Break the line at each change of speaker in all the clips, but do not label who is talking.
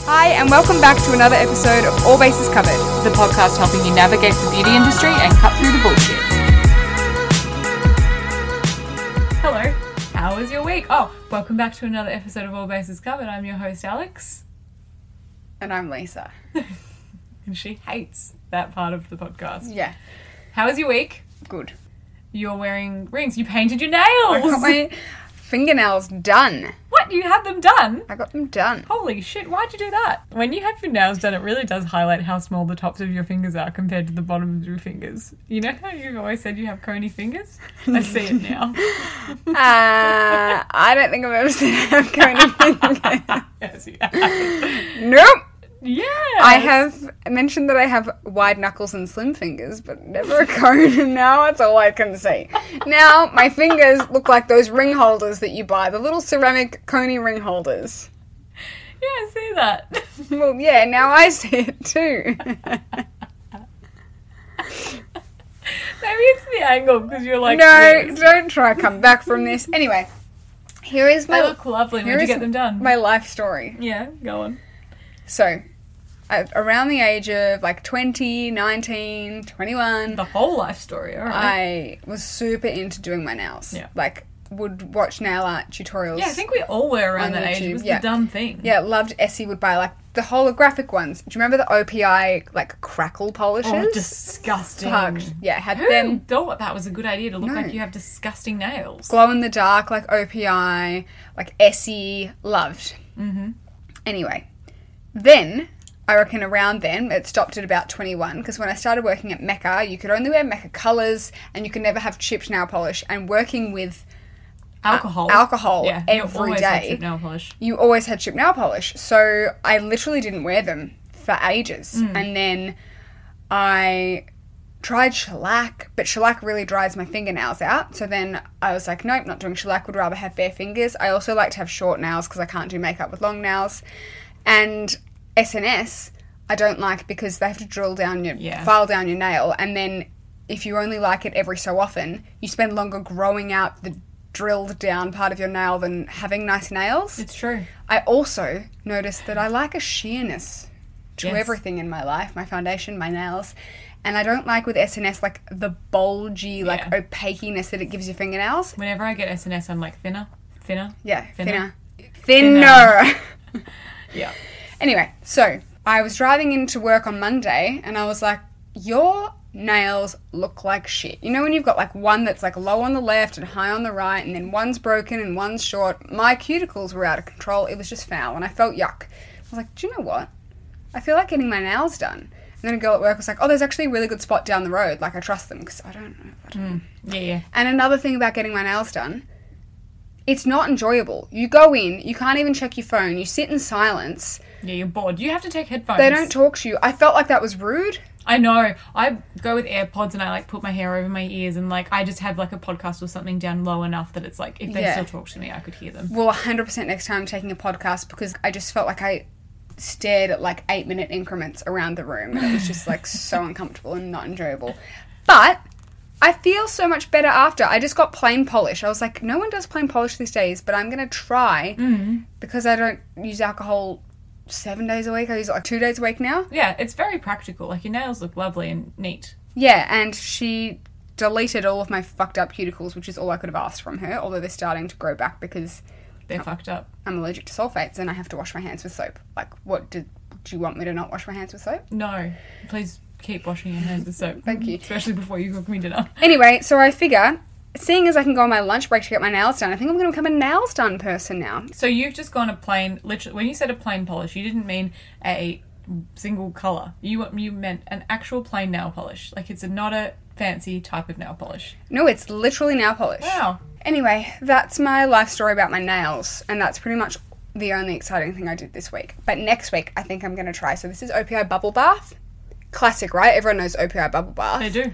Hi, and welcome back to another episode of All Bases Covered.
the podcast helping you navigate the beauty industry and cut through the bullshit. Hello, how was your week? Oh, welcome back to another episode of All Bases Covered. I'm your host, Alex,
And I'm Lisa.
and she hates that part of the podcast.
Yeah,
How was your week?
good.
You're wearing rings. You painted your
I got
nails.
my fingernails done.
What? You had them done?
I got them done.
Holy shit, why'd you do that? When you have your nails done, it really does highlight how small the tops of your fingers are compared to the bottom of your fingers. You know how you've always said you have coney fingers? I see it now.
Uh, I don't think I've ever seen them going
yes, you have.
Nope.
Yes.
I have mentioned that I have wide knuckles and slim fingers, but never a cone, and now that's all I can see. Now my fingers look like those ring holders that you buy, the little ceramic coney ring holders.
Yeah, I see that.
Well, yeah, now I see it too.
Maybe it's the angle because you're like.
no,
this.
don't try to come back from this. Anyway, here is
They
my
look lovely.
here
Where'd you
is
get them done?
my life story.
yeah, go on.
So, at, around the age of like 20, 19, 21,
The whole life story, all
I
right.
was super into doing my nails.
Yeah.
Like, would watch nail art tutorials.
yeah, I think we all were around
On
that age.
YouTube,
It was
yeah.
the dumb thing.
Yeah, loved Essie would buy like the holographic ones. Do you remember the OPI like crackle polishes?
Oh, disgusting.
Fucked. Yeah, had
Who
them
thought that was a good idea to look
No.
like you have disgusting nails?
glow in the dark like OPI, like Essie, loved.
Mm-hmm.
Anyway, then I reckon around then it stopped at about 21 because when I started working at Mecca, you could only wear Mecca colors and you could never have chipped nail polish. And working with
Alcohol.
alcohol
yeah, you
every
always
day.
had chip nail polish.
you always had chip nail polish. So I literally didn't wear them for ages. And then I tried shellac, but shellac really dries my fingernails out. So then I was like, nope, not doing shellac. Would rather have bare fingers. I also like to have short nails because I can't do makeup with long nails. And SNS, I don't like because they have to drill down your
Yeah.
file down your nail, and then if you only like it every so often, you spend longer growing out the drilled down part of your nail than having nice nails.
It's true.
I also noticed that I like a sheerness to
Yes.
everything in my life my foundation, my nails. And I don't like with SNS like the bulgy, like
Yeah.
opaqueness that it gives your fingernails.
Whenever I get SNS, I'm like thinner, thinner.
Yeah, thinner.
Thinner.
Thinner.
Yeah.
anyway, so I was driving into work on Monday and I was like, your nails look like shit. You know when you've got like one that's like low on the left and high on the right and then one's broken and one's short. My cuticles were out of control. It was just foul and I felt yuck. I was like, do you know what? I feel like getting my nails done. And then a girl at work was like, oh, there's actually a really good spot down the road. Like, I trust them because I don't know. I don't
Yeah, yeah.
and another thing about getting my nails done, it's not enjoyable. You go in, you can't even check your phone, you sit in silence.
Yeah, you're bored. You have to take headphones.
They don't talk to you. I felt like that was rude.
I know. I go with AirPods and I like put my hair over my ears and like I just have like a podcast or something down low enough that it's like if they
Yeah.
still talk to me, I could hear them.
Well, 100% next time I'm taking a podcast because I just felt like I stared at like eight minute increments around the room. And it was just like so uncomfortable and not enjoyable. But I feel so much better after. I just got plain polish. I was like, no one does plain polish these days, but I'm going to try because I don't use alcohol seven days a week. I use it like two days a week now.
Yeah, it's very practical. Like your nails look lovely and neat.
Yeah, and she deleted all of my fucked up cuticles, which is all I could have asked from her, although they're starting to grow back because
They're fucked up.
I'm allergic to sulfates and I have to wash my hands with soap. Like, what did. Do you want me to not wash my hands with soap?
No, please keep washing your hands with soap.
Thank you.
Especially before you cook me dinner.
Anyway, so I figure, seeing as I can go on my lunch break to get my nails done, I think I'm going to become a nails done person now.
So you've just gone a plain. Literally, when you said a plain polish, you didn't mean a single color. You you meant an actual plain nail polish. Like it's a, not a fancy type of nail polish.
No, it's literally nail polish.
Wow.
Anyway, that's my life story about my nails, and that's pretty much the only exciting thing I did this week. But next week, I think I'm going to try. So, this is OPI Bubble Bath. Classic, right? Everyone knows OPI Bubble Bath.
They do.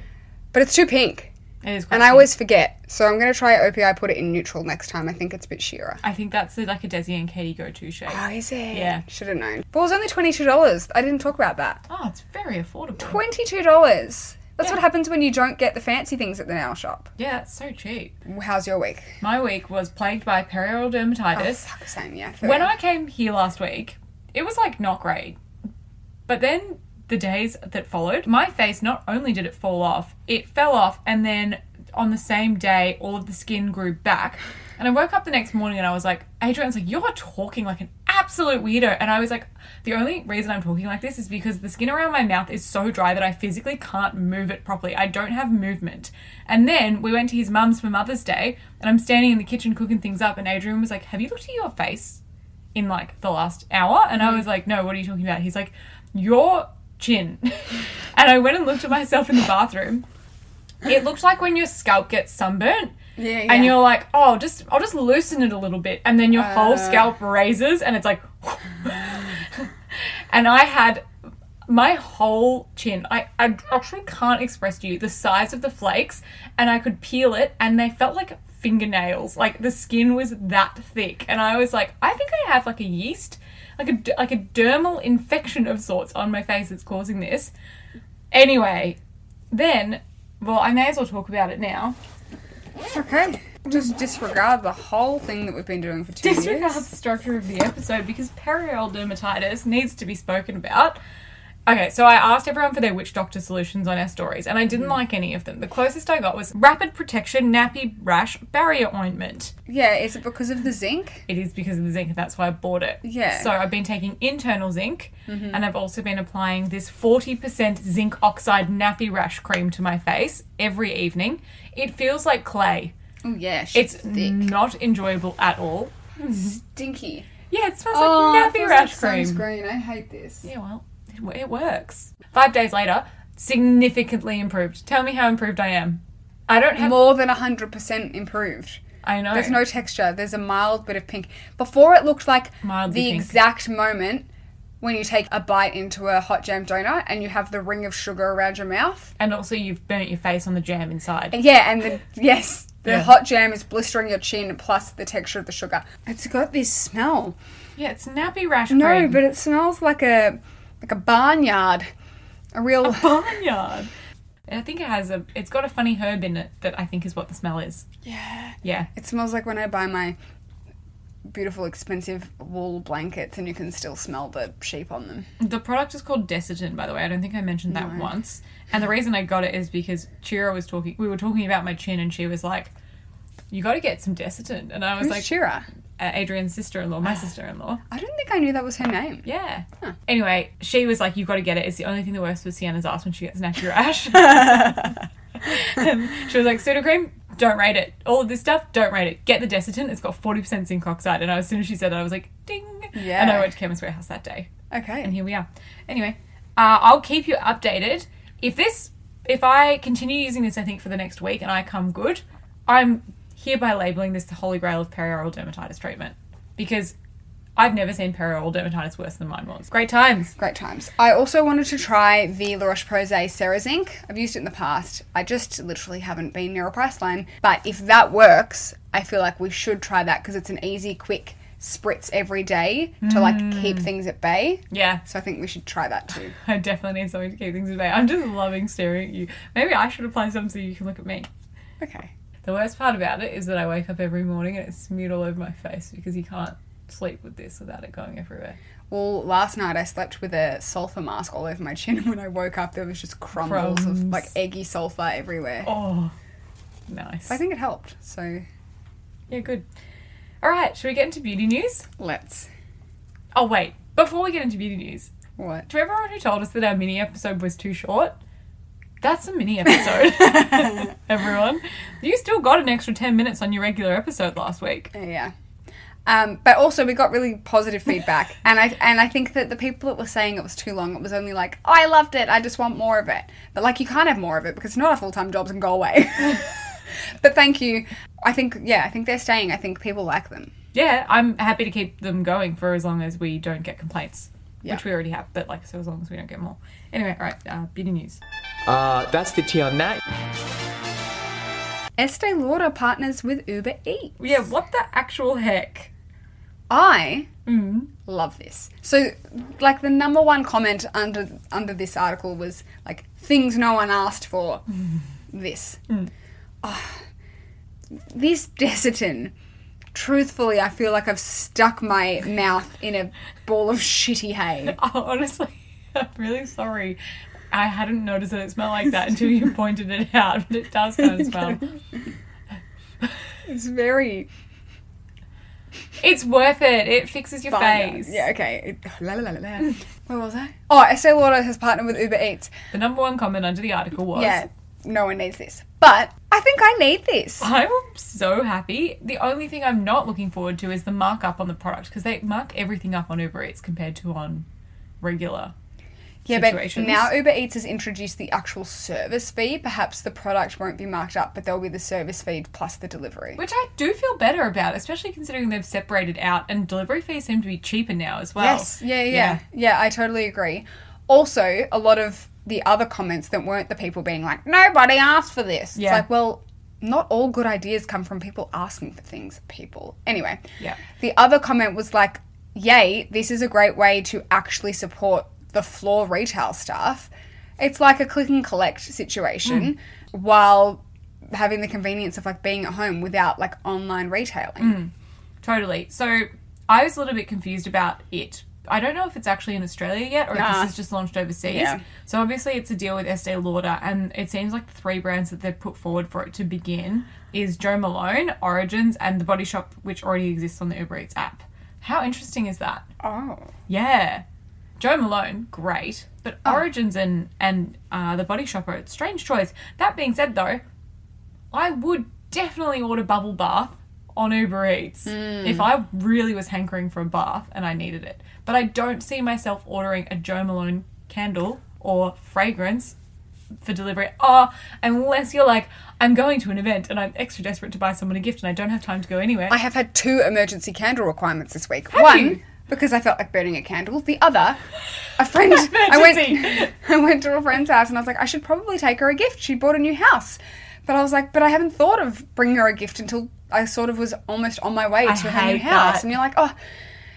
But it's too pink.
It is. Quite
And I
pink.
always forget. So I'm going to try OPI, put it in neutral next time. I think it's a bit sheerer.
I think that's a, like a Desi and Katie go-to shade.
Oh, is it?
Yeah.
Should have known. But it was only $22. I didn't talk about that.
Oh, it's very affordable.
$22. That's
Yeah.
what happens when you don't get the fancy things at the nail shop.
yeah, it's so cheap.
How's your week? Oh,
My week was plagued by perioral dermatitis.
Fuck, same, yeah.
when
fair.
I came here last week, It was like not great. But then the days that followed, my face not only did it fall off, it fell off, and then on the same day, all of the skin grew back. And I woke up the next morning and I was like, Adrian's like, you're talking like an absolute weirdo. And I was like, the only reason I'm talking like this is because the skin around my mouth is so dry that I physically can't move it properly. I don't have movement. And then we went to his mum's for Mother's Day, and I'm standing in the kitchen cooking things up, and Adrian was like, Have you looked at your face in like the last hour? And I was like, No, what are you talking about? He's like, Your chin. and I went and looked at myself in the bathroom. It looked like when your scalp gets sunburnt
Yeah, yeah.
and you're like, oh, just I'll just loosen it a little bit, and then your whole
Uh.
scalp raises, and it's like, and I had my whole chin. I, I actually can't express to you the size of the flakes, and I could peel it, and they felt like fingernails. Like the skin was that thick, and I was like, I think I have like a yeast, like a d- like a dermal infection of sorts on my face that's causing this. Anyway, then. Well, I may as well talk about it now.
It's okay. Just disregard the whole thing that we've been doing for two
disregard
years.
the structure of the episode because perioral dermatitis needs to be spoken about. Okay, so I asked everyone for their witch doctor solutions on our stories, and I didn't
Hmm.
like any of them. The closest I got was rapid protection nappy rash barrier ointment.
Yeah, is it because of the zinc?
It is because of the zinc, that's why I bought it.
Yeah. Mm-hmm.
So I've been taking internal zinc, and I've also been applying this 40% zinc oxide nappy rash cream to my face every evening. It feels like clay.
Oh yeah,
It's
shit's thick.
not enjoyable at all.
stinky.
Yeah, it smells
oh,
like
it
nappy
feels
rash
like
cream.
Sunscreen. I hate this.
Yeah, well, it, wo- it works. Five days later, significantly improved. Tell me how improved I am. I don't have.
More than hundred percent improved.
I know.
There's no texture. There's a mild bit of pink. Before it looked like
Mildly
the
pink.
exact moment when you take a bite into a hot jam donut and you have the ring of sugar around your mouth.
and also, you've burnt your face on the jam inside.
And yeah, and the yes, the
Yeah.
hot jam is blistering your chin plus the texture of the sugar. It's got this smell.
Yeah, it's nappy rash
No,
cream.
but it smells like a like a barnyard. A real
barnyard. And I think it has a. It's got a funny herb in it that I think is what the smell is.
Yeah.
Yeah.
It smells like when I buy my beautiful expensive wool blankets and you can still smell the sheep on them.
The product is called Desitin, by the way. I don't think I mentioned that once. And the reason I got it is because Chira was talking. We were talking about my chin, and she was like, "You got to get some Desitin," and I was
Who's Ah.
like,
Shira?
uh, "Adrian's sister-in-law, my sister-in-law."
I don't think I knew that was her name.
Yeah. Anyway, she was like, "You got to get it. It's the only thing that works for Sienna's ass when she gets nappy rash." And she was like, "Pseudo cream, don't rate it. All of this stuff, don't rate it. Get the Desitin. It's got forty percent zinc oxide." And I, as soon as she said that, I was like, "Ding!" And I
Yeah.
went to Chemist Warehouse that day, and
Okay.
here we are. Anyway, uh, I'll keep you updated. If this, if I continue using this, I think for the next week, and I come good, I'm hereby labeling this the holy grail of perioral dermatitis treatment because. I've never seen perioral dermatitis worse than mine was. Great times.
Great times. I also wanted to try the La Roche Posay Cerazink. I've used it in the past. I just literally haven't been near a price line. But if that works, I feel like we should try that because it's an easy, quick spritz every day to like keep
Mm.
things at bay.
Yeah,
So I think we should try that too.
I definitely need something to keep things at bay. I'm just loving staring at you. Maybe I should apply some so you can look at me.
Okay.
The worst part about it is that I wake up every morning and it's smeared all over my face because you can't sleep with this without it going everywhere.
Well, last night I slept with a sulfur mask all over my chin, and when I woke up, there was just crumbles
Crumbs.
of like eggy sulfur everywhere.
Oh, nice.
I think it helped. So
Yeah, good. All right, should we get into beauty news?
let's
Oh, wait. Before we get into beauty news,
what?
to everyone who told us that our mini episode was too short, that's a mini episode. everyone, you still got an extra 10 minutes on your regular episode last week.
Yeah. Um, but also, we got really positive feedback, and I and I think that the people that were saying it was too long, it was only like, oh, I loved it, I just want more of it. But like, you can't have more of it because it's not a full time job, and go away. but thank you. I think yeah, I think they're staying. I think people like them.
Yeah, I'm happy to keep them going for as long as we don't get complaints,
Yeah.
which we already have. But like, so as long as we don't get more. Anyway, all right, uh, beauty news.
Uh, that's the tea on that.
Estee Lauder partners with Uber Eats.
Yeah, what the actual heck?
I
Mm.
love this. So, like the number one comment under under this article was like things no one asked for. Mm. This, Ah, this Desitin truthfully, I feel like I've stuck my mouth in a ball of shitty hay.
Oh, honestly, I'm really sorry. I hadn't noticed that it smelled like that until you pointed it out, but it does kind of smell.
It's very
It's worth it. It fixes your
fine.
face.
Yeah, okay. It- La, la, la, la, la. Where was I? Oh, Estee Lauder has partnered with Uber Eats.
The number one comment under the article was
Yeah, no one needs this. But I think I need this.
I'm so happy. The only thing I'm not looking forward to is the markup on the product because they mark everything up on Uber Eats compared to on regular.
Yeah, but
situations.
now Uber Eats has introduced the actual service fee. Perhaps the product won't be marked up, but there'll be the service fee plus the delivery.
Which I do feel better about, especially considering they've separated out and delivery fees seem to be cheaper now as well.
Yes, yeah, yeah, yeah. Yeah, I totally agree. Also, a lot of the other comments that weren't the people being like, nobody asked for this.
Yeah.
It's like, well, not all good ideas come from people asking for things, people. Anyway,
Yeah.
the other comment was like, yay, this is a great way to actually support the floor retail staff. It's like a click and collect situation
Mm.
while having the convenience of like being at home without like online retailing.
Mm. Totally. So I was a little bit confused about it. I don't know if it's actually in Australia yet or if
Nah.
this is just launched overseas.
Ah. Yeah.
So obviously it's a deal with Estee Lauder and it seems like the three brands that they've put forward for it to begin is Joe Malone, Origins and The Body Shop which already exists on the Uber Eats app. How interesting is that?
Oh.
Yeah. Joe Malone, great. But Origins and and uh, the Body Shop are a strange choice. That being said, though, I would definitely order bubble bath on Uber Eats if I really was hankering for a bath and I needed it. But I don't see myself ordering a Joe Malone candle or fragrance for delivery. Oh, unless you're like, I'm going to an event and I'm extra desperate to buy someone a gift and I don't have time to go anywhere.
I have had two emergency candle requirements this week. One,
you?
because I felt like burning a candle. The other, a friend. I
Emergency.
went. I went to a friend's house and I was like, I should probably take her a gift. She bought a new house, but I was like, but I haven't thought of bringing her a gift until I sort of was almost on my way
I
to her new
hate
house.
that.
And you're like, oh.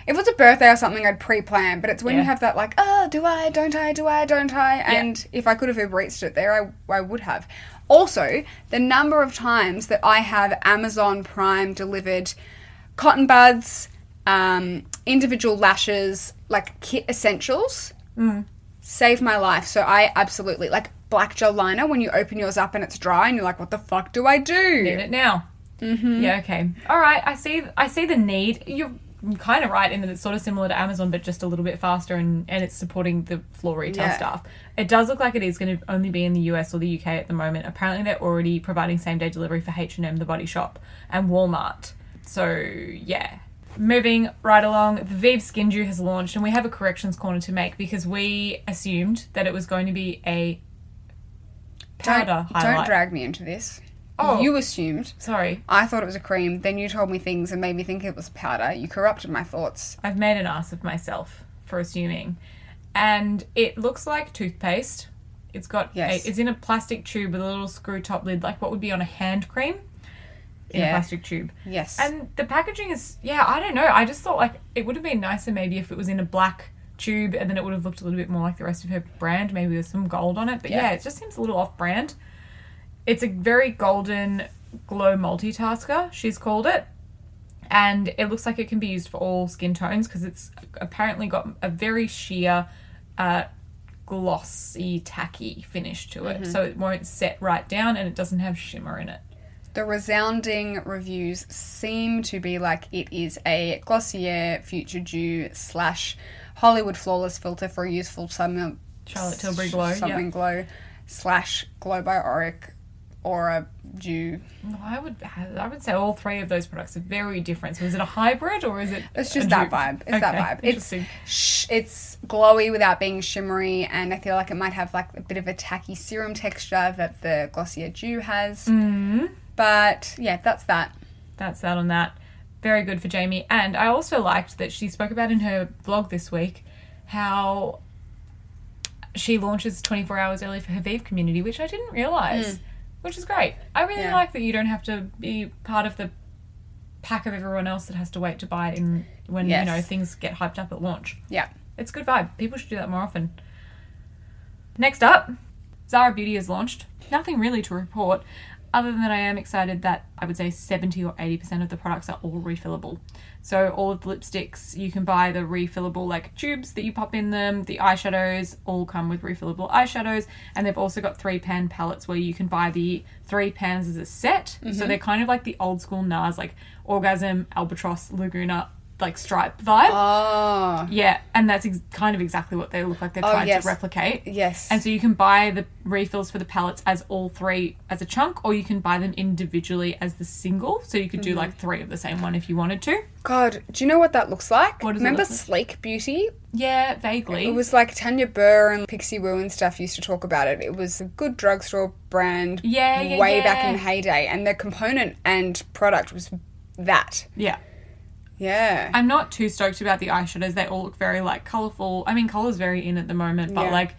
If it's a birthday or something, I'd pre-plan. But it's when
Yeah.
you have that like, oh, do I? Don't I? Do I? Don't I? And if I could have Uber Eats it there, I, I would have. Also, the number of times that I have Amazon Prime delivered cotton buds, um, individual lashes, like kit essentials,
Mm.
saved my life. So I absolutely like black gel liner when you open yours up and it's dry and you're like, what the fuck do I do?
need it now. Mm-hmm. Yeah. Okay. All right. I see. I see the need. You're kind of right in that it's sort of similar to Amazon, but just a little bit faster, and and it's supporting the floor retail
Yeah.
staff. It does look like it is going to only be in the US or the UK at the moment. Apparently, they're already providing same day delivery for H and M, The Body Shop, and Walmart. So yeah. Moving right along, the Vive Skin Dew has launched, and we have a corrections corner to make because we assumed that it was going to be a
Don't,
powder highlight.
don't drag me into this.
Oh.
You assumed.
Sorry,
I thought it was a cream, then you told me things and made me think it was powder. You corrupted my thoughts.
I've made an ass of myself for assuming. And it looks like toothpaste. It's got
Yes.
a, it's in a plastic tube with a little screw top lid, like what would be on a hand cream in a
Yeah.
plastic tube.
Yes.
And the packaging is yeah, I don't know. I just thought like it would have been nicer maybe if it was in a black tube and then it would have looked a little bit more like the rest of her brand, maybe with some gold on it. But yeah,
Yeah.
it just seems a little off brand. It's a very golden glow multitasker, she's called it. And it looks like it can be used for all skin tones because it's apparently got a very sheer, uh, glossy, tacky finish to
Mm-hmm.
it. So it won't set right down and it doesn't have shimmer in it.
the resounding reviews seem to be like it is a Glossier Future Dew slash Hollywood Flawless filter for a useful summer
Charlotte Tilbury glow, yeah.
Something glow slash glow by Oric Aura Dew.
No, I would I would say all three of those products are very different. So is it a hybrid or is it?
It's
a
just that
dupe?
vibe. It's that
Okay,
vibe. It's
interesting.
sh- it's glowy without being shimmery, and I feel like it might have like a bit of a tacky serum texture that the Glossier Dew has.
Mm-hmm.
But yeah, that's that.
that's that on that. Very good for Jamie. And I also liked that she spoke about in her vlog this week how she launches 24 hours early for her Vive community, which I didn't realize, which is great. I really
Hmm. Yeah.
like that you don't have to be part of the pack of everyone else that has to wait to buy it in when
Yes.
you know things get hyped up at launch.
Yeah.
It's good vibe. People should do that more often. Next up, Zara Beauty has launched. Nothing really to report. Other than that, I am excited that I would say 70 or 80% of the products are all refillable. So, all of the lipsticks, you can buy the refillable like tubes that you pop in them. The eyeshadows all come with refillable eyeshadows. And they've also got three pan palettes where you can buy the three pans as a set. So, they're kind of like the old school NARS, like Orgasm, Albatross, Laguna, like Stripe vibe.
Oh,
Yeah, and that's ex- kind of exactly what they look like. They're trying
yes.
to replicate.
yes.
And so you can buy the refills for the palettes as all three as a chunk, or you can buy them individually as the single. So you could
Mm-hmm.
do like three of the same one if you wanted to.
God, do you know what that looks like?
What does it
Remember
look like? Mm.
Sleek Beauty?
Yeah, vaguely.
It was like Tanya Burr and Pixie Wu and stuff used to talk about it. It was a good drugstore brand
Yeah, yeah,
way back
yeah.
in the heyday, and the component and product was that.
yeah.
Yeah.
I'm not too stoked about the eyeshadows. They all look very like colorful. I mean, color's very in at the moment, but
Yeah.
like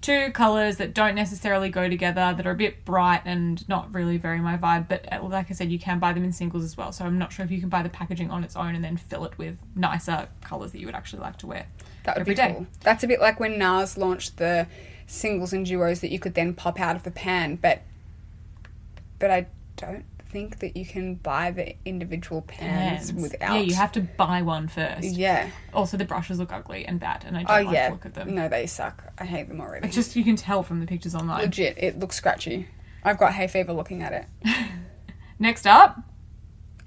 two colors that don't necessarily go together, that are a bit bright and not really very my vibe. But uh, like I said, you can buy them in singles as well. So I'm not sure if you can buy the packaging on its own and then fill it with nicer colors that you would actually like to wear.
That would
every
be
day.
cool. That's a bit like when Nas launched the singles and duos that you could then pop out of the pan, but but I don't think that you can buy the individual pans,
Pans.
without.
Yeah, you have to buy one first.
Yeah.
Also, the brushes look ugly and bad, and I
Oh
don't like
yeah.
to look at them.
No, they suck. I hate them already.
Just you can tell from the pictures online.
Legit, it looks scratchy. I've got hay fever looking at it.
Next up,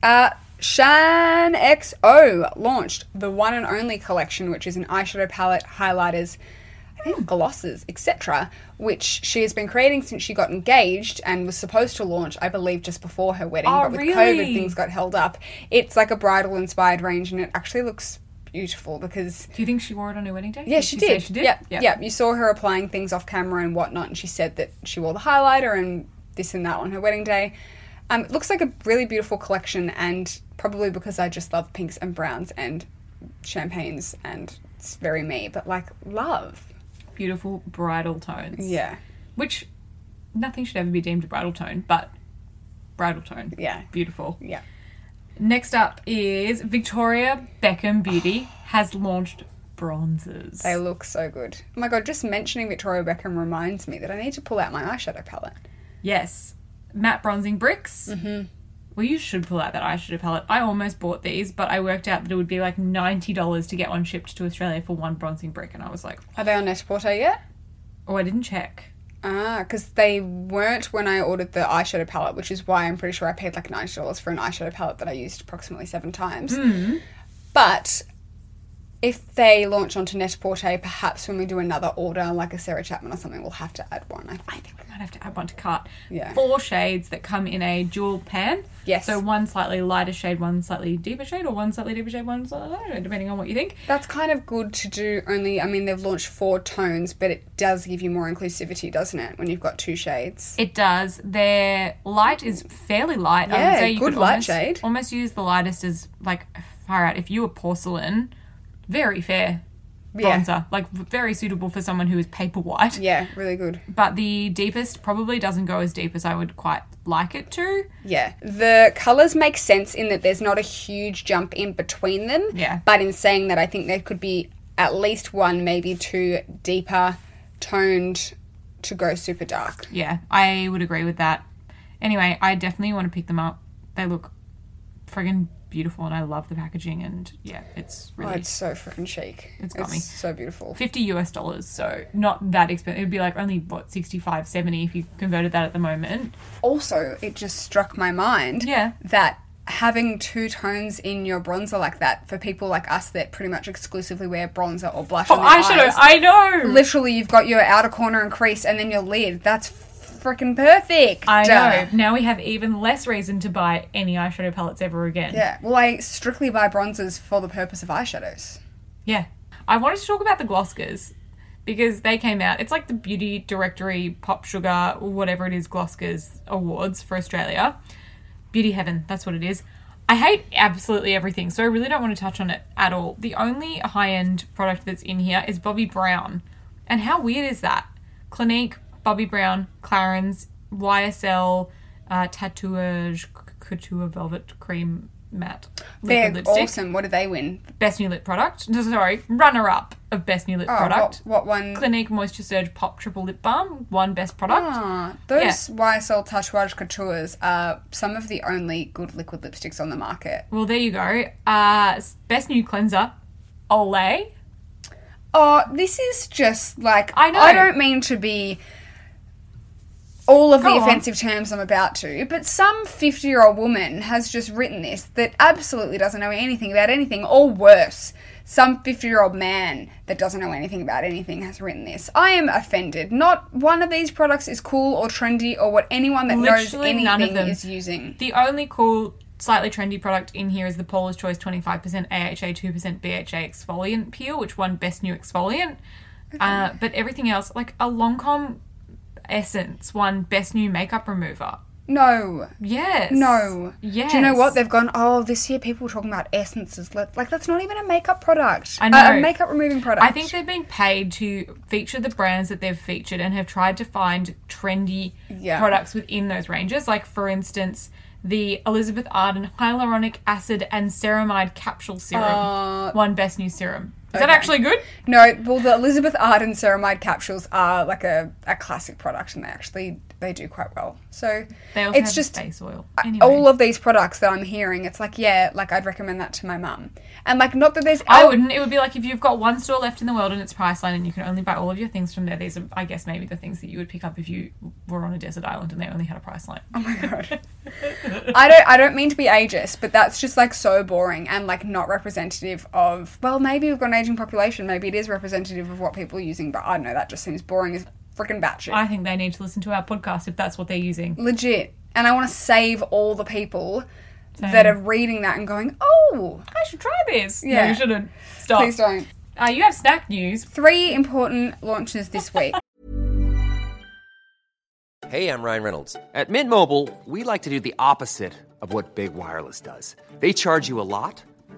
Uh, Shan XO launched the one and only collection, which is an eyeshadow palette, highlighters, I think glosses, etc., which she has been creating since she got engaged and was supposed to launch, I believe, just before her wedding.
Oh,
but with
really?
COVID, things got held up. It's like a bridal inspired range, and it actually looks beautiful because
do you think she wore it on her wedding day?
yeah, she,
say
did.
She did.
Yep, yep. You saw her applying things off camera and whatnot, and she said that she wore the highlighter and this and that on her wedding day. Um, it looks like a really beautiful collection, and probably because I just love pinks and browns and champagnes, and it's very me. But like love,
Beautiful bridal tones.
yeah,
Which nothing should ever be deemed a bridal tone, but bridal tone.
Yeah.
Beautiful.
yeah.
Next up is Victoria Beckham Beauty has launched bronzers.
They look so good. Oh my god, just mentioning Victoria Beckham reminds me that I need to pull out my eyeshadow palette.
Yes. Matte bronzing bricks. Mm-hmm. Well, you should pull out that eyeshadow palette. I almost bought these, but I worked out that it would be like $90 to get one shipped to Australia for one bronzing brick. And I was like,
Are they on Net-a-Porter yet?
oh, I didn't check.
Ah, because they weren't when I ordered the eyeshadow palette, which is why I'm pretty sure I paid like ninety dollars for an eyeshadow palette that I used approximately seven times.
Hmm.
But if they launch onto Net-a-Porter, perhaps when we do another order, like a Sarah Chapman or something, we'll have to add one. I
I think we might have to add one to cart.
Yeah.
Four shades that come in a dual pan.
Yes.
So one slightly lighter shade, one slightly deeper shade, or one slightly deeper shade, one slightly lighter, shade, depending on what you think.
That's kind of good to do. Only, I mean, they've launched four tones, but it does give you more inclusivity, doesn't it? When you've got two shades.
It does. Their light is fairly light. I
Yeah,
would say you
good
could
light
almost,
shade.
Almost use the lightest as like far out. If you were porcelain, very fair
Yeah.
bronzer, like very suitable for someone who is paper white.
Yeah, really good.
But the deepest probably doesn't go as deep as I would quite like it to.
Yeah. The colours make sense in that there's not a huge jump in between them.
Yeah.
But in saying that, I think there could be at least one, maybe two deeper toned to go super dark.
Yeah, I would agree with that. Anyway, I definitely want to pick them up. They look friggin' beautiful, and I love the packaging. And yeah, it's
Oh,
really
it's so freaking chic.
It's got me.
so beautiful.
50 US dollars, so not that expensive. It'd be like only what 65, 70 if you converted that at the moment.
Also, it just struck my mind
Yeah.
that having two tones in your bronzer like that for people like us that pretty much exclusively wear bronzer or blush
For
on their
eyeshadow,
eyes,
Oh, I know.
literally you've got your outer corner and crease and then your lid. That's freaking perfect.
I know. Now we have even less reason to buy any eyeshadow palettes ever again.
Yeah, well, I strictly buy bronzers for the purpose of eyeshadows.
Yeah. I wanted to talk about the Gloskers because they came out. It's like the Beauty Directory Pop Sugar, whatever it is, Gloskers Awards for Australia. Beauty Heaven, that's what it is. I hate absolutely everything, so I really don't want to touch on it at all. The only high end product that's in here is Bobby Brown. And how weird is that? Clinique, Bobby Brown, Clarins, YSL, uh, Tatouage, Couture Velvet Cream Matte.
They're
Liquid Lipstick
awesome. What do they win?
best new lip product. No, Sorry, runner up of best new lip
Oh,
product.
What, what one?
Clinique Moisture Surge Pop Triple Lip Balm, one best product.
Ah, those YSL Tatouage Coutures are some of the only good liquid lipsticks on the market.
Well, there you go. Uh, s- best new cleanser, Olay.
Oh, this is just like
I know.
I don't mean to be all of
Go
the
on.
offensive terms I'm about to, but some 50 year old woman has just written this that absolutely doesn't know anything about anything, or worse, some 50 year old man that doesn't know anything about anything has written this. I am offended. Not one of these products is cool or trendy or what anyone that
Literally
knows
none of
anything
them.
is using.
The only cool, slightly trendy product in here is the Paula's Choice 25% AHA, 2% BHA exfoliant peel, which won best new exfoliant. Uh, but everything else, like a Longcom Essence, won best new makeup remover.
No.
Yes.
No.
Yes.
Do you know what? They've gone, oh, this year people were talking about essences. Let- Like, that's not even a makeup product.
I
A-
know.
a makeup removing product.
I think they've been paid to feature the brands that they've featured and have tried to find trendy
Yeah.
products within those ranges. Like, for instance, the Elizabeth Arden Hyaluronic Acid and Ceramide Capsule Serum.
Uh,
One best new serum. Is that
okay.
actually good?
No, well, the Elizabeth Arden ceramide capsules are like a, a classic product and they actually, they do quite well. So
They also
it's
have
just
face oil.
I-
Anyway,
all of these products that I'm hearing, it's like, yeah, like I'd recommend that to my mum. And like, not that there's...
I
al-
wouldn't. It would be like if you've got one store left in the world and it's Priceline and you can only buy all of your things from there. These are, I guess, maybe the things that you would pick up if you were on a desert island and they only had a Priceline.
Oh my god. I don't I don't mean to be ageist, but that's just like so boring and like not representative of well, maybe we've got an aging population, maybe it is representative of what people are using, but I don't know, that just seems boring as freaking batshit.
I think they need to listen to our podcast if that's what they're using.
Legit. And I wanna save all the people
Same.
that are reading that and going, Oh
I should try this. Yeah,
Yeah.
you shouldn't. Stop.
please don't.
Uh, you have snack news.
Three important launches this week.
Hey, I'm Ryan Reynolds. At Mint Mobile, we like to do the opposite of what Big Wireless does. They charge you a lot,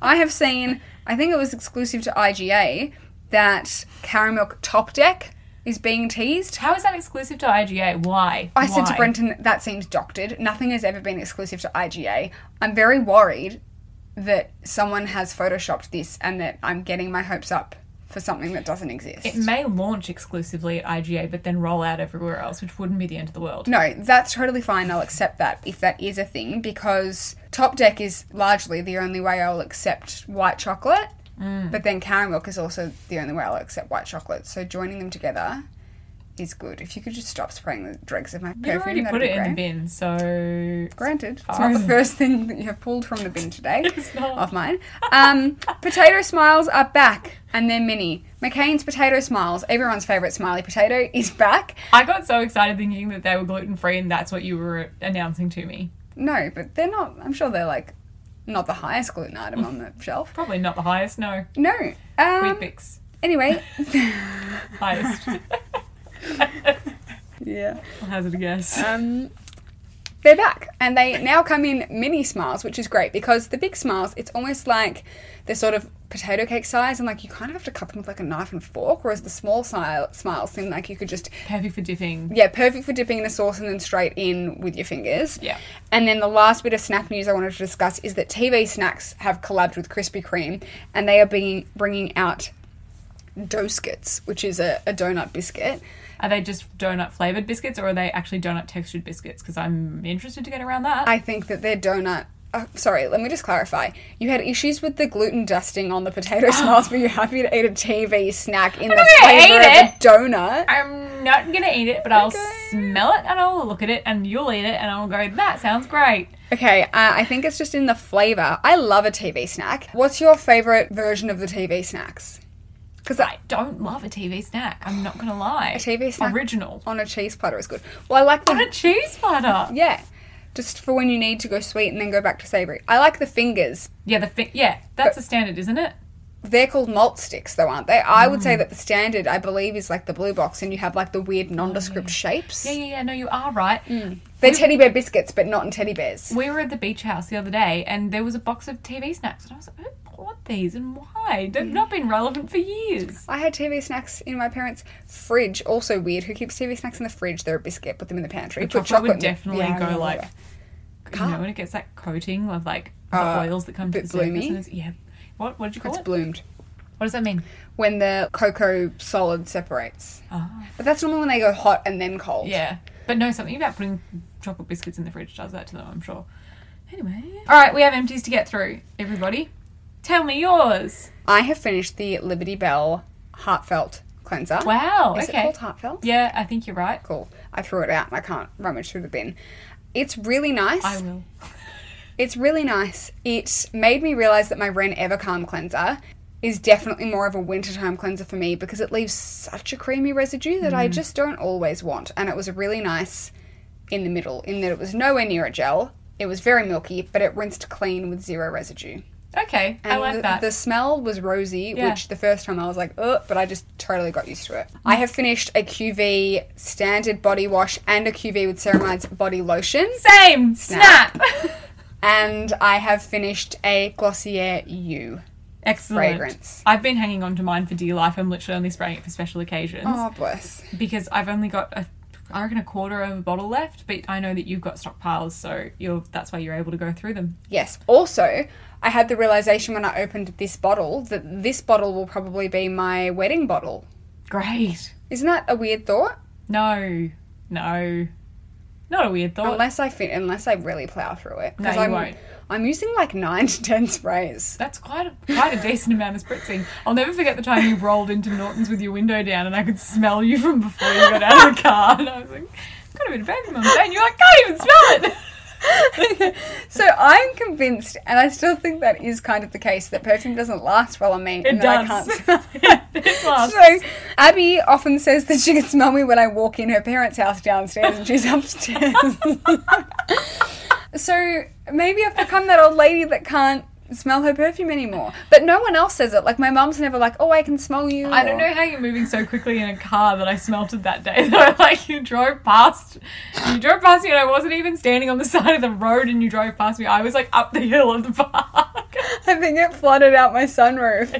I have seen, I think it was exclusive to IGA, that Caramilk Top Deck is being teased.
How is that exclusive to IGA? Why?
I said to
Why?
Brenton, that seems doctored. Nothing has ever been exclusive to IGA. I'm very worried that someone has photoshopped this and that I'm getting my hopes up for something that doesn't exist.
It may launch exclusively at IGA, but then roll out everywhere else, which wouldn't be the end of the world.
no, that's totally fine. I'll accept that if that is a thing because Top Deck is largely the only way I'll accept white chocolate.
Mm.
But then Caramilk is also the only way I'll accept white chocolate. So joining them together is good. If you could just stop spraying the dregs of my perfume,
You've already
that'd
put
be
it in the
great.
bin, so
Granted, it's
Fine.
not the first thing that you have pulled from the bin today
not.
of mine. Um, potato smiles are back, and they're mini. McCain's potato smiles, everyone's favourite smiley potato, is back.
I got so excited thinking that they were gluten free, and that's what you were announcing to me.
No, but they're not. I'm sure they're like not the highest gluten item on the shelf.
Probably not the highest. No,
No. Um,
Wheat Bix
anyway,
highest.
yeah,
I'll hazard a guess.
um, they're back, and they now come in mini smiles, which is great because the big smiles, it's almost like they're sort of potato cake size, and like you kind of have to cut them with like a knife and fork, whereas the small si- smiles seem like you could just
Perfect for dipping.
yeah, perfect for dipping in a sauce and then straight in with your fingers.
Yeah.
And then the last bit of snack news I wanted to discuss is that TV Snacks have collabed with Krispy Kreme and they are bringing, bringing out Doskets, which is a, a donut biscuit.
Are they just donut flavored biscuits, or are they actually donut textured biscuits? Because I'm interested to get around that.
I think that they're donut. uh, sorry, let me just clarify. You had issues with the gluten dusting on the
Oh.
potato slice, but you're happy to eat a TV snack in the
gonna
flavor
eat
of a
it.
donut.
I'm not gonna eat it, but I'll smell it and I'll look at it and you'll eat it and I'll go, that sounds great.
Okay, uh, I think it's just in the flavor. I love a TV snack. What's your favorite version of the TV snacks? Because
I don't love a TV snack. I'm not gonna lie.
a TV snack
Original.
on a cheese platter is good. Well, I like the
On a cheese platter.
yeah, just for when you need to go sweet and then go back to savory. I like the fingers.
Yeah, the fi- yeah, that's a standard, isn't it?
They're called malt sticks, though, aren't they? I would
Mm.
say that the standard, I believe, is like the blue box, and you have like the weird nondescript shapes.
Oh, Yeah, yeah, yeah. No, you are right.
They're teddy bear biscuits, but not in teddy bears.
We were at the beach house the other day, and there was a box of TV snacks, and I was like, who bought these and why?
Mm.
They've not been relevant for years.
I had TV snacks in my parents' fridge. Also weird. Who keeps TV snacks in the fridge? They're a biscuit. Put them in the pantry.
The
Put
chocolate would
in-
definitely
Yeah, I
go
remember.
like, you know, when it gets that coating of like the oils that come to
Uh, bit
the surface.
bloomy?
And it's, yeah. What? What did you call
It's
it?
bloomed
What does that mean?
when the cocoa solid separates. But that's normal when they go hot and then cold.
Uh-huh. Yeah. But no, something about putting chocolate biscuits in the fridge does that to them, I'm sure. Anyway. All right, we have empties to get through, everybody. Tell me yours.
I have finished the Liberty Bell heartfelt cleanser.
Wow.
Is
okay.
it called heartfelt?
Yeah, I think you're right.
Cool. I threw it out and I can't rummage through the bin. It's really nice.
I will.
It's really nice. It made me realize that my Ren Evercalm cleanser is definitely more of a wintertime cleanser for me because it leaves such a creamy residue that
Mm.
I just don't always want. And it was really nice in the middle, in that it was nowhere near a gel. It was very milky, but it rinsed clean with zero residue.
Okay, I
And
like
the,
that.
The smell was rosy,
Yeah.
which the first time I was like, ugh, but I just totally got used to it. I have finished a QV standard body wash and a QV with ceramides body lotion.
Same. Snap.
And I have finished a Glossier U.
Excellent.
Fragrance.
I've been hanging on to mine for dear life. I'm literally only spraying it for special occasions
Oh, bless.
because I've only got a, I reckon a quarter of a bottle left. But I know that you've got stockpiles, so you're that's why you're able to go through them.
Yes. Also, I had the realization when I opened this bottle that this bottle will probably be my wedding bottle.
Great.
Isn't that a weird thought?
No, no, not a weird thought.
Unless I fit, unless I really plow through it.
No,
'Cause
you
I'm,
won't.
I'm using like nine to ten sprays.
That's quite a quite a decent amount of spritzing. I'll never forget the time you rolled into Norton's with your window down, and I could smell you from before you got out of the car. And I was like, "Got a bit of baby mum," and you're like, "Can't even smell it."
So I'm convinced, and I still think that is kind of the case, that perfume doesn't last well on me
It
and that
does.
I can't smell it.
It lasts.
So Abby often says that she can smell me when I walk in her parents' house downstairs and she's upstairs. so maybe I've become that old lady that can't smell her perfume anymore. But no one else says it. Like my mum's never like, "Oh, I can smell you."
I don't
or-
know how you're moving so quickly in a car that I smelted that day. Though, like you drove past, you drove past me, and I wasn't even standing on the side of the road, and you drove past me. I was like up the hill of the park.
I think it flooded out my sunroof.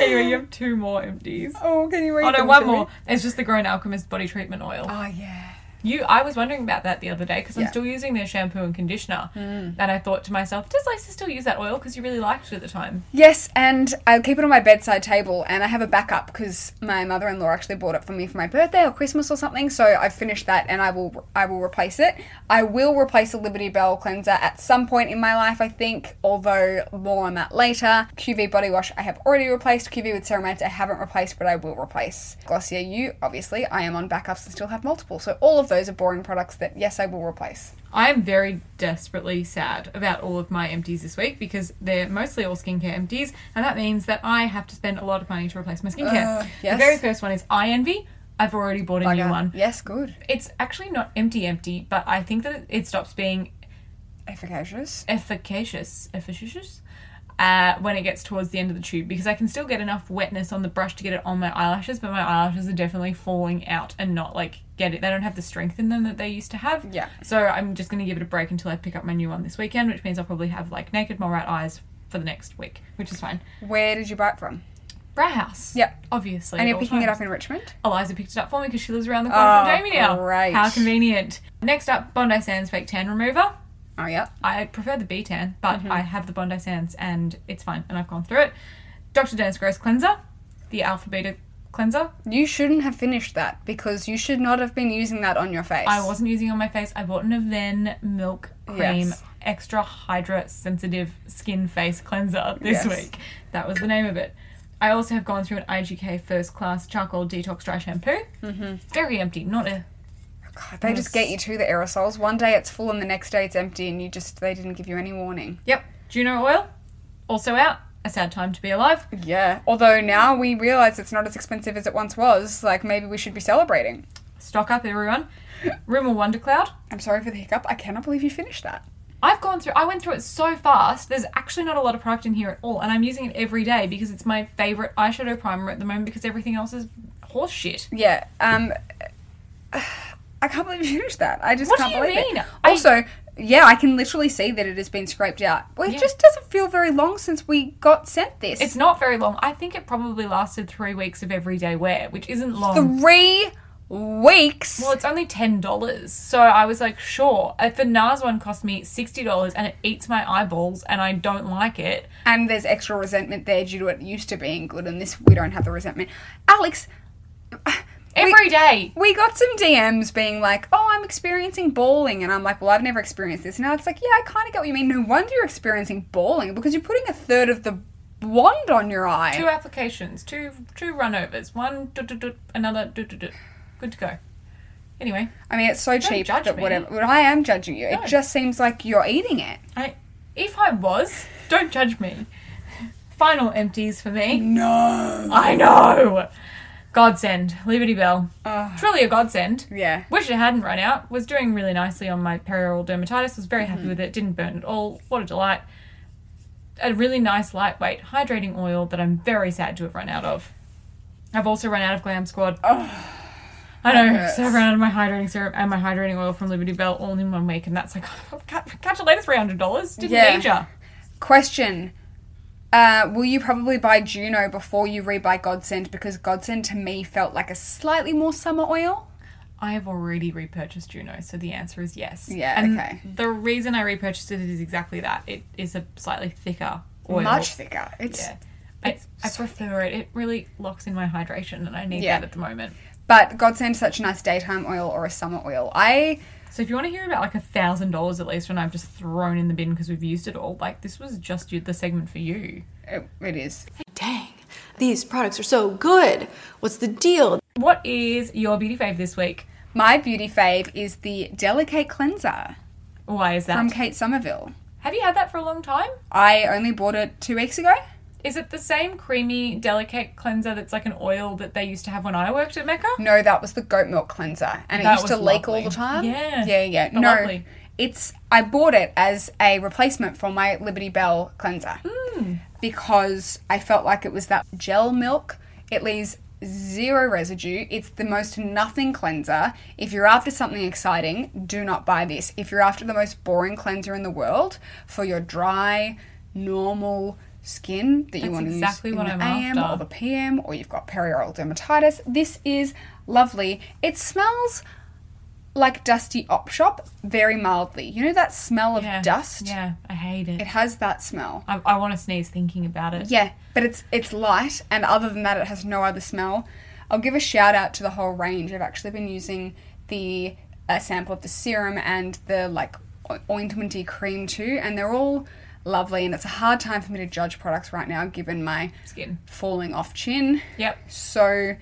anyway, you have two more empties.
Oh, can you read?
Oh no,
them
one
to me?
more. It's just the Grown Alchemist body treatment oil.
Oh yeah.
You, I was wondering about that the other day because I'm
Yeah. Mm.
still using their shampoo and conditioner, and I thought to myself, does Lisa still use that oil? Because you really liked it at the time.
Yes, and I keep it on my bedside table, and I have a backup because my mother-in-law actually bought it for me for my birthday or Christmas or something. So I've finished that, and I will I will replace it. I will replace a Liberty Bell cleanser at some point in my life, I think. Although more on that later. QV body wash I have already replaced. QV with ceramides I haven't replaced, but I will replace. Glossier U, obviously, I am on backups and still have multiple. So all of those are boring products that yes, I will replace.
I am very desperately sad about all of my empties this week because they're mostly all skincare empties, and that means that I have to spend a lot of money to replace my skincare. The
Uh, yes.
very first one is Eye Envy. I've already bought a new
Yeah.
one.
Yes, good.
It's actually not empty, empty, but I think that it stops being
Efficacious.
efficacious, efficacious uh, when it gets towards the end of the tube because I can still get enough wetness on the brush to get it on my eyelashes, but my eyelashes are definitely falling out and not like get it. They don't have the strength in them that they used to have.
Yeah.
So I'm just going to give it a break until I pick up my new one this weekend, which means I'll probably have like naked mole rat eyes for the next week, which is fine.
Where did you buy it from?
Brow house.
Yep.
Obviously.
And
at
you're
all
picking it
times.
up in Richmond.
Eliza picked it up for me because she lives around the corner
Oh,
from Jamie now.
great.
How convenient. Next up, Bondi Sands Fake Tan Remover.
Oh yeah.
I prefer the B tan, but I have the Bondi Sands and it's fine, and I've gone through it. Dr. Dennis Gross Cleanser, the Alpha Beta cleanser.
You shouldn't have finished that because you should not have been using that on your face.
I wasn't using it on my face. I bought an Aven milk cream
Yes.
extra hydra sensitive skin face cleanser this
Yes.
week. That was the name of it. I also have gone through an IGK first class charcoal detox dry shampoo. Mm-hmm. Very empty, not a
God, they just get you to the aerosols. One day it's full and the next day it's empty, and you just they didn't give you any warning.
Yep. Juno oil, also out. A sad time to be alive.
Yeah. Although now we realize it's not as expensive as it once was. Like maybe we should be celebrating.
Stock up, everyone. Rimmel Wondercloud.
I'm sorry for the hiccup. I cannot believe you finished that.
I've gone through. I went through it so fast. There's actually not a lot of product in here at all, and I'm using it every day because it's my favorite eyeshadow primer at the moment. Because everything else is horse shit.
Yeah. Um. I can't believe you finished that. I just
What do
can't
you
believe
mean?
it.
I-
Also, yeah, I can literally see that it has been scraped out. Well, it
Yeah.
just doesn't feel very long since we got sent this.
It's not very long. I think it probably lasted three weeks of everyday wear, which isn't long.
three weeks.
Well, it's only ten dollars, so I was like, sure. If the Nars one cost me sixty dollars and it eats my eyeballs and I don't like it,
and there's extra resentment there due to it used to being good, and this we don't have the resentment. Alex,
every day.
we got some DMs being like, "Oh, I'm experiencing balling," and I'm like, "Well, I've never experienced this." And Alex like, "Yeah, I kind of get what you mean. No wonder you're experiencing balling because you're putting a third of the wand on your eye."
Two applications, two two runovers, one dut, dut, dut, another dut, dut, dut. good to go. Anyway,
I mean, it's so cheap,
judge
but
me.
whatever. But I am judging you.
No.
It just seems like you're eating it.
I if I was, don't judge me. Final empties for me. No, I know. Godsend, Liberty Bell, truly a godsend.
Yeah.
Wish it hadn't run out. Was doing really nicely on my perioral dermatitis. Was very happy with it. Didn't burn at all. What a delight. A really nice, lightweight, hydrating oil that I'm very sad to have run out of. I've also run out of Glam Squad. Oh, I know. So I ran out of my hydrating serum and my hydrating oil from Liberty Bell all in one week, and that's like, catch catch you later, three hundred dollars. Didn't
Yeah.
need ya.
Question. Uh, will you probably buy Juno before you rebuy Godsend? Because Godsend to me felt like a slightly more summer oil.
I have already repurchased Juno, so the answer is yes.
Yeah,
And
okay.
The reason I repurchased it is exactly that. It is a slightly thicker oil.
Much thicker. It's
Yeah. I, I prefer it. It really locks in my hydration, and I need
Yeah.
that at the moment.
But Godsend is such a nice daytime oil or a summer oil. I
So if you want to hear about like a thousand dollars at least, when I've just thrown in the bin because we've used it all, like this was just you, the segment for you.
it, it is.
Dang, these products are so good. What's the deal?
What is your beauty fave this week?
My beauty fave is the Delicate Cleanser
Why is that?
from Kate Somerville.
Have you had that for a long time?
I only bought it two weeks ago.
Is it the same creamy, delicate cleanser that's like an oil that they used to have when I worked at Mecca?
No, that was the goat milk cleanser, and it
That
used to
was
leak all
lovely.
the time.
Yeah.
yeah, yeah.
But
no,
lovely.
it's I bought it as a replacement for my Liberty Bell cleanser
Hmm.
because I felt like it was that gel milk. It leaves zero residue. It's the most nothing cleanser. If you're after something exciting, do not buy this. If you're after the most boring cleanser in the world for your dry, normal skin that you
That's
want to
exactly
use
what
in
I'm
the AM
after.
or the PM or you've got perioral dermatitis, this is lovely. It smells like dusty op shop very mildly. You know that smell of
Yeah.
dust?
Yeah, I hate it.
It has that smell.
I, I want to sneeze thinking about it.
Yeah, but it's it's light and other than that it has no other smell. I'll give a shout out to the whole range. I've actually been using the a sample of the serum and the like o- ointmenty cream too and they're all lovely and it's a hard time for me to judge products right now given my
Skin.
falling off chin.
Yep.
So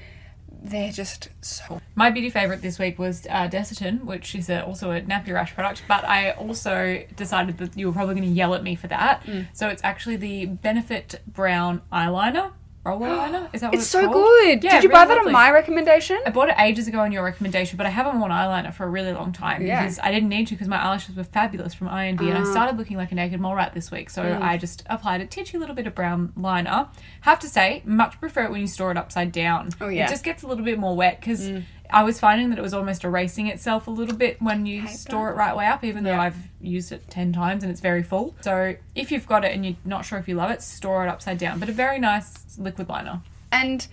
they're just so
My beauty favorite this week was uh, Desitin, which is a, also a nappy rash product. But I also decided that you were probably going to yell at me for that.
Mm.
So it's actually the Benefit Brown Eyeliner. Roller eyeliner? Is that what
It's
it's,
so
called?
good.
Yeah,
Did you
really
buy that on
lovely.
my recommendation?
I bought it ages ago on your recommendation, but I haven't worn eyeliner for a really long time
Yeah. Ah.
because I didn't need to because my eyelashes were fabulous from INV and I started looking like a naked mole rat this week. So
Mm.
I just applied a titchy little bit of brown liner. Have to say, much prefer it when you store it upside down. Oh
yeah. Mm.
It just gets a little bit more wet because I was finding that it was almost erasing itself a little bit when you store it right way up, even though I've used it 10 times and it's very full. So if you've got it and you're not sure if you love it, store it upside down. But a very nice liquid liner.
and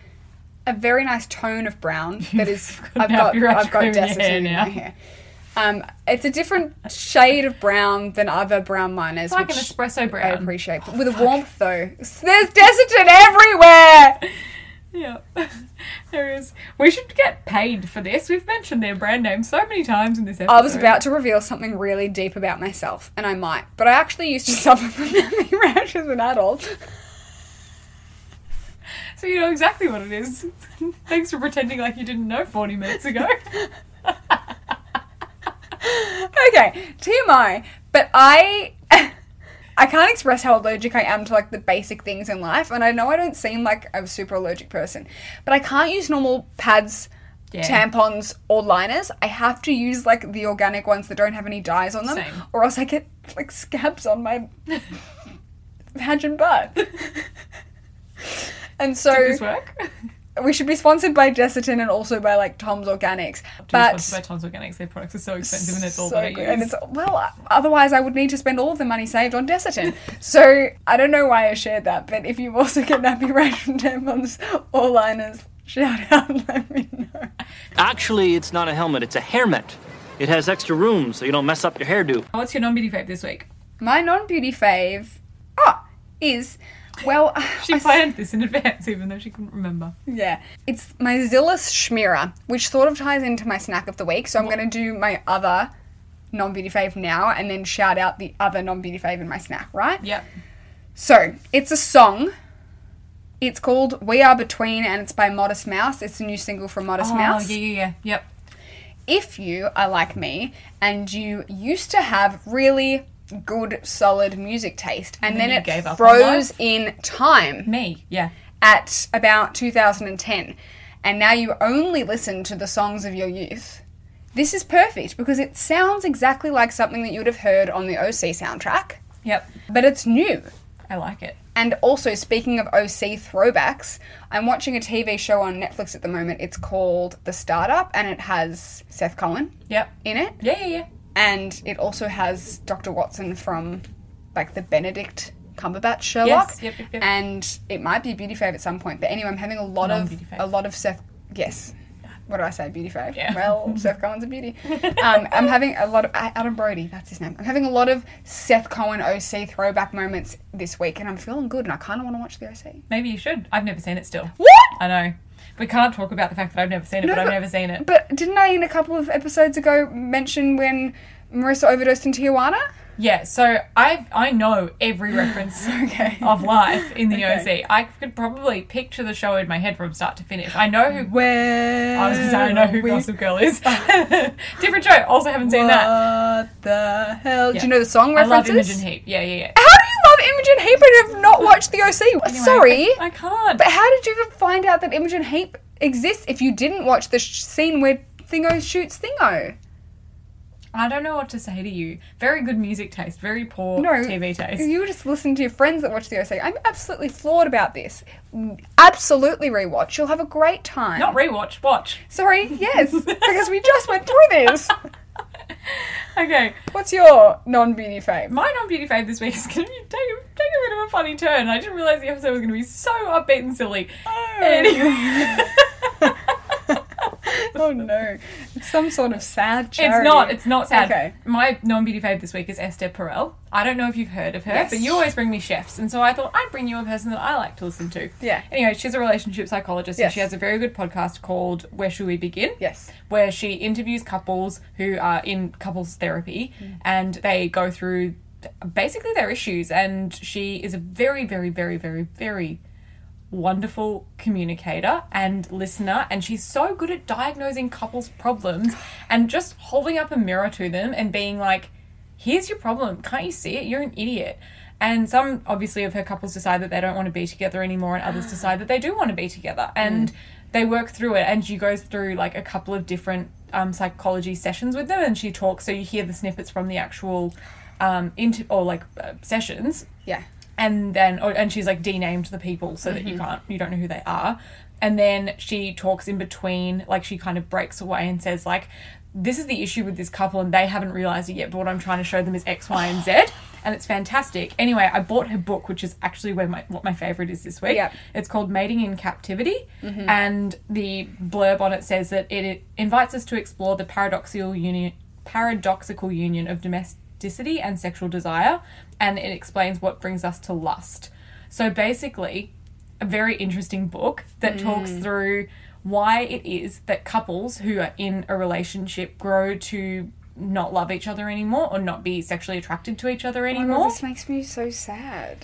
a very nice tone of brown that is I've
now
got
you're
I've got
actually in your
Desitin
hair
in
now.
my hair. Um, it's a different shade of brown than other brown liners.
It's like an
which
espresso
I
brown.
appreciate, but with a warmth though. There's Desitin everywhere.
Yeah. there is. We should get paid for this. We've mentioned their brand name so many times in this episode.
I was about to reveal something really deep about myself, and I might, but I actually used to suffer from acne rash as an adult.
So you know exactly what it is. Thanks for pretending like you didn't know 40 minutes ago.
Okay, TMI, but I. I can't express how allergic I am to like the basic things in life, and I know I don't seem like I'm a super allergic person, but I can't use normal pads,
Yeah.
tampons, or liners. I have to use like the organic ones that don't have any dyes on them,
Same.
or else I get like scabs on my vagin butt. and so
Did this work?
we should be sponsored by Desitin and also by like Tom's Organics.
Too sponsored by
But
Tom's Organics. Their products are so expensive and it's all
so
that I
good.
use.
And it's well, otherwise I would need to spend all of the money saved on Desitin. so I don't know why I shared that, but if you also get nappy rash from tampons or liners, shout out, and let me know.
Actually, it's not a helmet, it's a hairmet. It has extra room so you don't mess up your hairdo.
What's your non-beauty vape this week?
My non-beauty fave, oh, is well,
She
I s-
planned this in advance, even though she couldn't remember.
Yeah. It's my Zillus Schmierer, which sort of ties into my snack of the week. So I'm going to do my other non beauty fave now and then shout out the other non beauty fave in my snack, right?
Yep.
So it's a song. It's called We Are Between and it's by Modest Mouse. It's a new single from Modest Mouse.
Oh, yeah, yeah, yeah. Yep.
If you are like me and you used to have really good, solid music taste and,
then
then,
you
it
gave up on
froze
life?
in time
Me. Yeah.
at about 2010, and now you only listen to the songs of your youth. This is perfect because it sounds exactly like something that you would have heard on the OC soundtrack,
Yep.
but it's new.
I like it.
And also, speaking of OC throwbacks, I'm watching a TV show on Netflix at the moment. It's called The Startup, and it has Seth Cohen
Yep.
in it,
Yeah, yeah, yeah.
and it also has Dr. Watson from like the Benedict Cumberbatch Sherlock.
yep, yep, yep.
And it might be a beauty fave at some point. But anyway, I'm having a lot
Non-beauty fave.
of a lot of Seth. Yes. What do I say? Beauty fave.
Yeah.
Well, Seth Cohen's a beauty. Um, I'm having a lot of A- Adam Brody. That's his name. I'm having a lot of Seth Cohen OC throwback moments this week, and I'm feeling good, and I kind of want to watch the OC.
Maybe you should. I've never seen it still.
What?
I know. We can't talk about the fact that I've never seen it, but I've never seen it.
But didn't I, in a couple of episodes ago, mention when Marissa overdosed in Tijuana?
Yeah, so I I know every reference
Okay.
of life in the
Okay.
OC. I could probably picture the show in my head from start to finish. I know who.
Where?
I was just saying, I know who Gossip Girl is. Different show. Also haven't seen that.
What the hell?
Yeah.
Do you know the song
I love
references?
Imogen Heap. Yeah, yeah, yeah.
How do you love Imogen Heap and have not watched The OC?
Anyway,
Sorry,
I, I can't.
but how did you even find out that Imogen Heap exists if you didn't watch the sh- scene where Thingo shoots Thingo?
I don't know what to say to you. Very good music taste. Very poor
No,
TV taste.
You were just listening to your friends that watch The OC. I'm absolutely flawed about this. Absolutely rewatch. You'll have a great time.
Not rewatch. Watch.
Sorry, yes, because we just went through this.
Okay.
What's your non-beauty fame?
My non-beauty fave this week is going to be take, a- take a bit of a funny turn. I didn't realize the episode was going to be so upbeat and silly. Anyway.
Oh no, it's some sort of sad charity.
It's not. It's not sad.
Okay.
My non-beauty fave this week is Esther Perel. I don't know if you've heard of her,
Yes.
but you always bring me chefs, and so I thought I'd bring you a person that I like to listen to.
Yeah.
Anyway, she's a relationship psychologist, and
Yes.
she has a very good podcast called "Where Should We Begin."
Yes.
Where she interviews couples who are in couples therapy,
Mm.
and they go through basically their issues. And she is a very, very, very, very, very wonderful communicator and listener and she's so good at diagnosing couples problems and just holding up a mirror to them and being like here's your problem can't you see it you're an idiot and some obviously of her couples decide that they don't want to be together anymore and others decide that they do want to be together and they work through it and she goes through like a couple of different um, psychology sessions with them and she talks so you hear the snippets from the actual um, inter- or like uh, sessions
Yeah.
and then or, and she's like denamed the people so that you can't you don't know who they are and then she talks in between like she kind of breaks away and says like this is the issue with this couple and they haven't realized it yet but what i'm trying to show them is x y and z and it's fantastic anyway i bought her book which is actually where my what my favorite is this week
Yep.
it's called Mating in Captivity, and the blurb on it says that it invites us to explore the paradoxical union, paradoxical union of domesticity and sexual desire, and it explains what brings us to lust. So basically, a very interesting book that talks through why it is that couples who are in a relationship grow to not love each other anymore or not be sexually attracted to each other
Oh my God,
anymore.
this makes me so sad.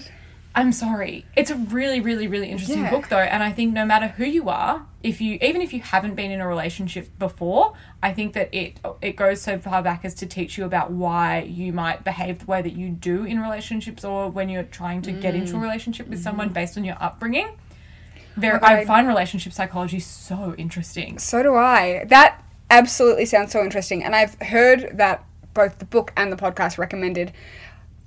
I'm sorry. It's a really, really, really interesting
Yeah.
book, though. And I think no matter who you are, if you, even if you haven't been in a relationship before, I think that it it goes so far back as to teach you about why you might behave the way that you do in relationships or when you're trying to get
Mm.
into a relationship with someone based on your upbringing. There,
Mm-hmm. Oh God,
I
I-
find relationship psychology so interesting.
So do I. That absolutely sounds so interesting. And I've heard that both the book and the podcast recommended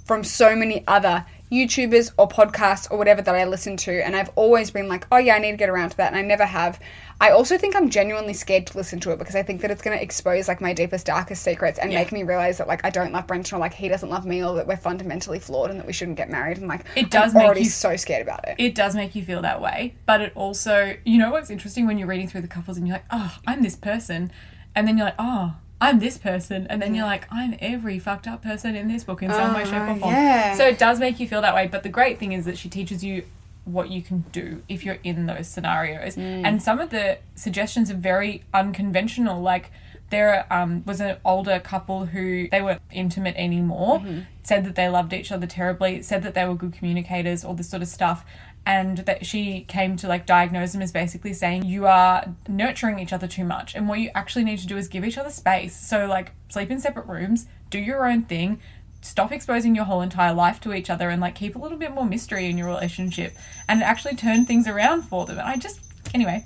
from so many other YouTubers or podcasts or whatever that I listen to. And I've always been like, oh, yeah, I need to get around to that. And I never have. I also think I'm genuinely scared to listen to it because I think that it's going to expose like my deepest, darkest secrets and make me realize that like I don't love Brenton or like he doesn't love me or that we're fundamentally flawed and that we shouldn't get married. And like,
It does
I'm
make
already
you-
so scared about it.
it does make you feel that way but it also you know what's interesting when you're reading through the couples and you're like oh i'm this person and then you're like oh i'm this person and then you're like i'm every fucked up person in this book in some way shape or form
yeah.
so it does make you feel that way but the great thing is that she teaches you what you can do if you're in those scenarios and some of the suggestions are very unconventional like there um, was an older couple who they weren't intimate anymore said that they loved each other terribly said that they were good communicators all this sort of stuff and that she came to like diagnose them as basically saying you are nurturing each other too much and what you actually need to do is give each other space so like sleep in separate rooms do your own thing stop exposing your whole entire life to each other and like keep a little bit more mystery in your relationship and actually turn things around for them and i just anyway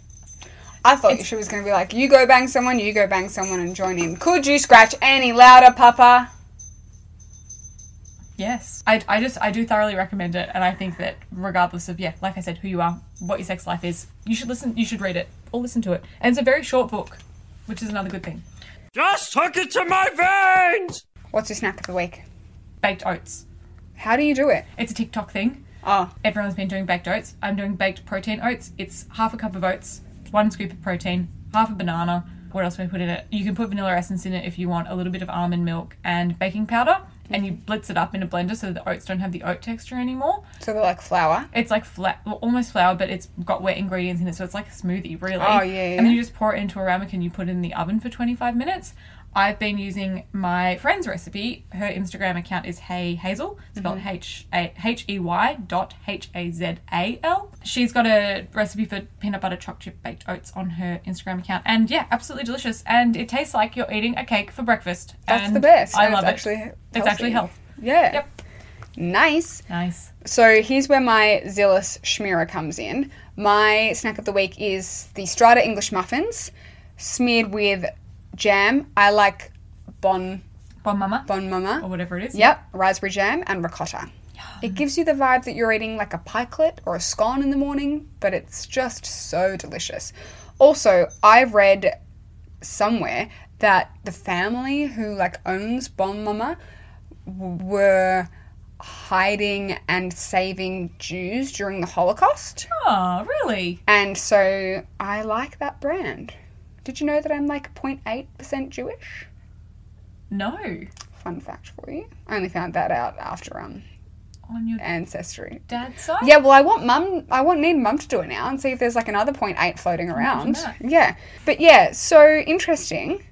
I thought she was going to be like, you go bang someone, you go bang someone and join in. Could you scratch any louder, Papa?
Yes. I, I just, I do thoroughly recommend it. And I think that regardless of, yeah, like I said, who you are, what your sex life is, you should listen, you should read it or listen to it. And it's a very short book, which is another good thing.
Just hook it to my veins!
What's your snack of the week?
Baked oats.
How do you do it?
It's a TikTok thing.
Oh,
Everyone's been doing baked oats. I'm doing baked protein oats. It's half a cup of oats, one scoop of protein, half a banana. What else can we put in it? You can put vanilla essence in it if you want, a little bit of almond milk and baking powder. And you blitz it up in a blender so the oats don't have the oat texture anymore.
so they're like flour.
It's like fla- well, almost flour, but it's got wet ingredients in it, so it's like a smoothie, really.
Oh, yeah, yeah.
And then you just pour it into a ramekin, you put it in the oven for 25 minutes. I've been using my friend's recipe. Her Instagram account is Hey Hazel, spelled
Mm-hmm.
H A H E Y dot H A Z A L. She's got a recipe for peanut butter choc chip baked oats on her Instagram account, and yeah, absolutely delicious. And it tastes like you're eating a cake for breakfast.
That's
And
the best.
I
and
love
it's actually
it. It's actually health.
Yeah.
Yep.
Nice.
Nice.
So here's where my zealous schmearer comes in. My snack of the week is the Strata English muffins smeared with jam. I like bon
Bon mama.
bon mama
Or whatever it is.
Yep, raspberry jam and ricotta. It gives you the vibe that you're eating like a pikelet or a scone in the morning, but it's just so delicious. Also, I read somewhere that the family who like owns Bon Mama w- were hiding and saving Jews during the Holocaust.
Oh, really?
And so I like that brand. Did you know that I'm like 0.8% Jewish?
No.
Fun fact for you. I only found that out after um
On your
ancestry.
dad's side?
Yeah, well, I want mum. I want need mum to do it now and see if there's like another point eight floating
Oh,
around.
that.
Yeah, but yeah, so interesting,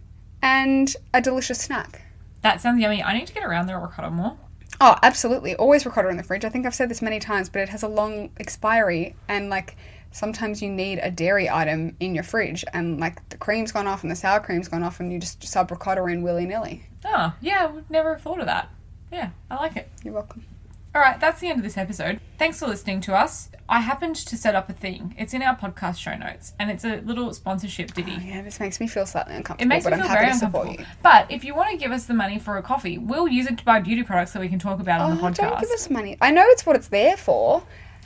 and a delicious snack.
That sounds yummy. I need to get around the ricotta more.
Oh, absolutely. Always ricotta in the fridge. I think I've said this many times, but it has a long expiry, and like sometimes you need a dairy item in your fridge, and like the cream's gone off and the sour cream's gone off, and you just sub ricotta in willy nilly.
Oh, yeah, I would never have thought of that. Yeah, I like it.
You're welcome.
All right, that's the end of this episode. Thanks for listening to us. I happened to set up a thing. It's in our podcast show notes, and it's a little sponsorship ditty.
Oh, Yeah, this makes me feel slightly uncomfortable,
It makes
but
me
I'm
feel
happy
very
to support
uncomfortable.
you.
But if you want to give us the money for a coffee, we'll use it to buy beauty products that we can talk about on the
Oh,
podcast.
don't give us money. I know it's what it's there for.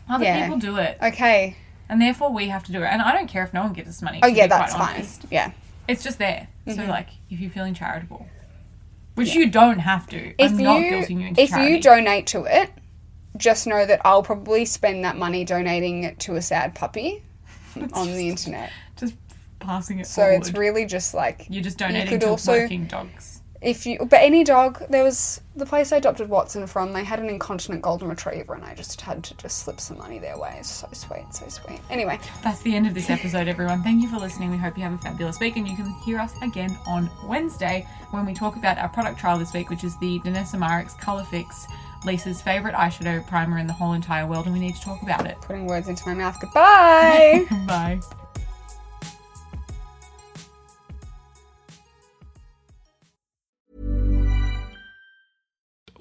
Other
yeah.
people do it,
Okay.
and therefore we have to do it. And I don't care if no one gives us money.
Oh
to
yeah,
be quite
that's fine.
honest.
Yeah.
It's just there.
Mm-hmm.
So like, if you're feeling charitable, which you don't have to.
If
I'm
you
not guilting you into
if
charity.
you donate to it, just know that I'll probably spend that money donating it to a sad puppy on the internet.
just passing it
So
forward.
it's really just like
You're just donating
could
to
also-
working dogs.
If you, but any dog, there was the place I adopted Watson from. They had an incontinent golden retriever, and I just had to just slip some money their way. It's so sweet, so sweet. Anyway,
That's the end of this episode, everyone. Thank you for listening. We hope you have a fabulous week, and you can hear us again on Wednesday when we talk about our product trial this week, which is the Danessa Marix Color Fix, Lisa's favorite eyeshadow primer in the whole entire world, and we need to talk about it.
putting words into my mouth. Goodbye.
Bye.